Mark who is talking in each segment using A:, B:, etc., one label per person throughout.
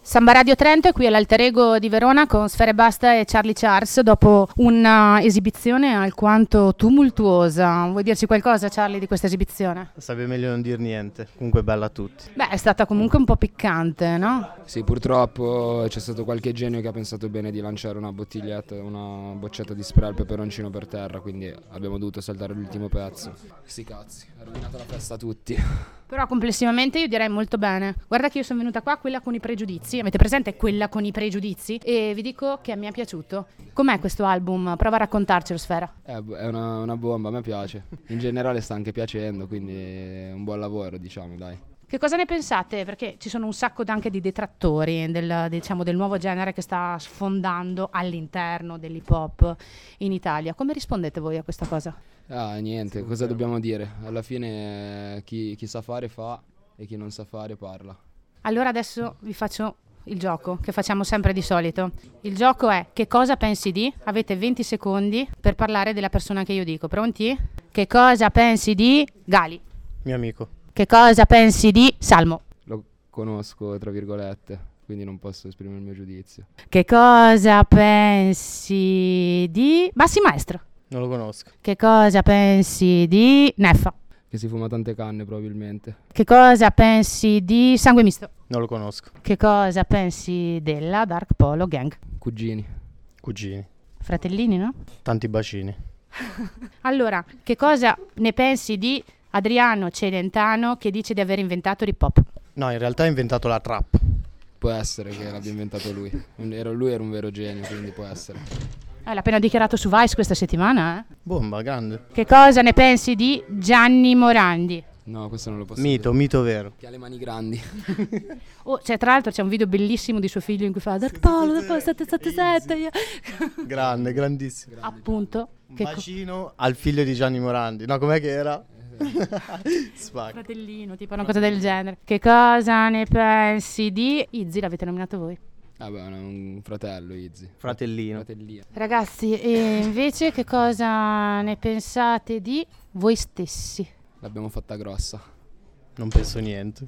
A: Samba Radio Trento è qui all'Alter Ego di Verona con Sfere Basta e Charlie Charles dopo un'esibizione alquanto tumultuosa. Vuoi dirci qualcosa Charlie di questa esibizione?
B: Sarebbe meglio non dir niente, comunque bella a tutti.
A: Beh, è stata comunque un po' piccante, no?
C: Sì, purtroppo c'è stato qualche genio che ha pensato bene di lanciare una bottiglietta, una boccetta di spray al peperoncino per terra, quindi abbiamo dovuto saltare l'ultimo pezzo. Sti cazzi, ha rovinato la festa a tutti.
A: Però complessivamente io direi molto bene. Guarda che io sono venuta qua quella con i pregiudizi. Avete presente quella con i pregiudizi? E vi dico che mi è piaciuto. Com'è questo album? Prova a raccontarcelo, Sfera.
C: Eh, È una, una bomba, a me piace. In generale sta anche piacendo, quindi è un buon lavoro, diciamo, dai.
A: Che cosa ne pensate? Perché ci sono un sacco anche di detrattori del, diciamo, del nuovo genere che sta sfondando all'interno dell'hip hop in Italia. Come rispondete voi a questa cosa?
C: Ah, niente, cosa dobbiamo dire? Alla fine eh, chi, chi sa fare fa e chi non sa fare parla.
A: Allora adesso vi faccio il gioco che facciamo sempre di solito. Il gioco è che cosa pensi di? Avete 20 secondi per parlare della persona che io dico. Pronti? Che cosa pensi di Gali?
B: Mio amico.
A: Che cosa pensi di Salmo?
C: Lo conosco, tra virgolette, quindi non posso esprimere il mio giudizio.
A: Che cosa pensi di Bassi Maestro?
B: Non lo conosco.
A: Che cosa pensi di Neffa?
C: Che si fuma tante canne probabilmente.
A: Che cosa pensi di Sangue Misto?
B: Non lo conosco.
A: Che cosa pensi della Dark Polo Gang?
C: Cugini,
B: Cugini.
A: Fratellini, no?
B: Tanti bacini.
A: Allora, che cosa ne pensi di Adriano Celentano che dice di aver inventato l'hip hop?
B: No, in realtà ha inventato la trap.
C: può essere che l'abbia inventato lui. Un- era- lui era un vero genio, quindi può essere.
A: Eh, l'ha appena dichiarato su Vice questa settimana, eh?
B: Bomba, grande.
A: Che cosa ne pensi di Gianni Morandi?
C: No, questo non lo posso dire.
B: Mito, mito vero.
C: Che ha le mani grandi.
A: Oh, cioè, tra l'altro c'è un video bellissimo di suo figlio in cui fa Dark Polo, Dark Polo 777, io-".
B: Grande, grandissimo.
A: appunto.
B: Un
A: Che co-
B: bacino al figlio di Gianni Morandi. No, com'è che era? Spacca.
A: fratellino, tipo una cosa del genere. Che cosa ne pensi di Izzy? L'avete nominato voi.
C: Ah beh, un fratello, Izzy.
B: Fratellino.
C: Fratellino.
A: Ragazzi, e invece che cosa ne pensate di voi stessi?
C: L'abbiamo fatta grossa.
B: Non penso niente.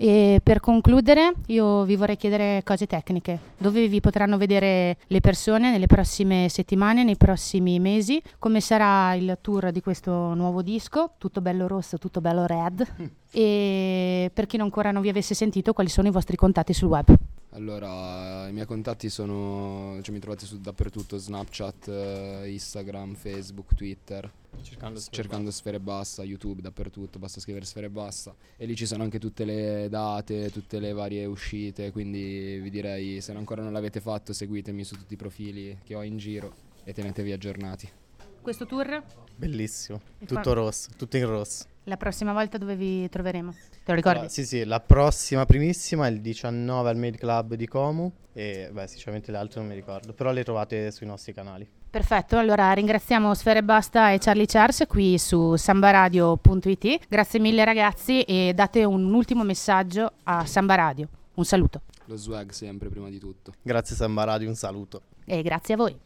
A: E per concludere, io vi vorrei chiedere cose tecniche. Dove vi potranno vedere le persone nelle prossime settimane, nei prossimi mesi? Come sarà il tour di questo nuovo disco? Tutto bello rosso, tutto bello red. E per chi non ancora non vi avesse sentito, quali sono i vostri contatti sul web?
C: Allora, i miei contatti sono. cioè mi trovate su dappertutto: Snapchat, eh, Instagram, Facebook, Twitter.
B: Cercando
C: cercando Sfere Bassa, YouTube, dappertutto, basta scrivere Sfere Bassa. E lì ci sono anche tutte le date, tutte le varie uscite. Quindi vi direi: se ancora non l'avete fatto, seguitemi su tutti i profili che ho in giro e tenetevi aggiornati.
A: Questo tour?
B: Bellissimo.
A: E qua-
B: Tutto rosso, tutto in rosso.
A: La prossima volta dove vi troveremo? Te lo ricordi?
B: Ah, sì, sì, la prossima primissima è il 19 al Made Club di Como e beh, sinceramente le altre non mi ricordo, però le trovate sui nostri canali.
A: Perfetto, allora ringraziamo Sfere Basta e Charlie Charles qui su sambaradio.it. Grazie mille ragazzi e date un ultimo messaggio a Samba Radio. Un saluto
C: Lo swag sempre, prima di tutto.
B: Grazie Samba Radio, un saluto.
A: e grazie a voi.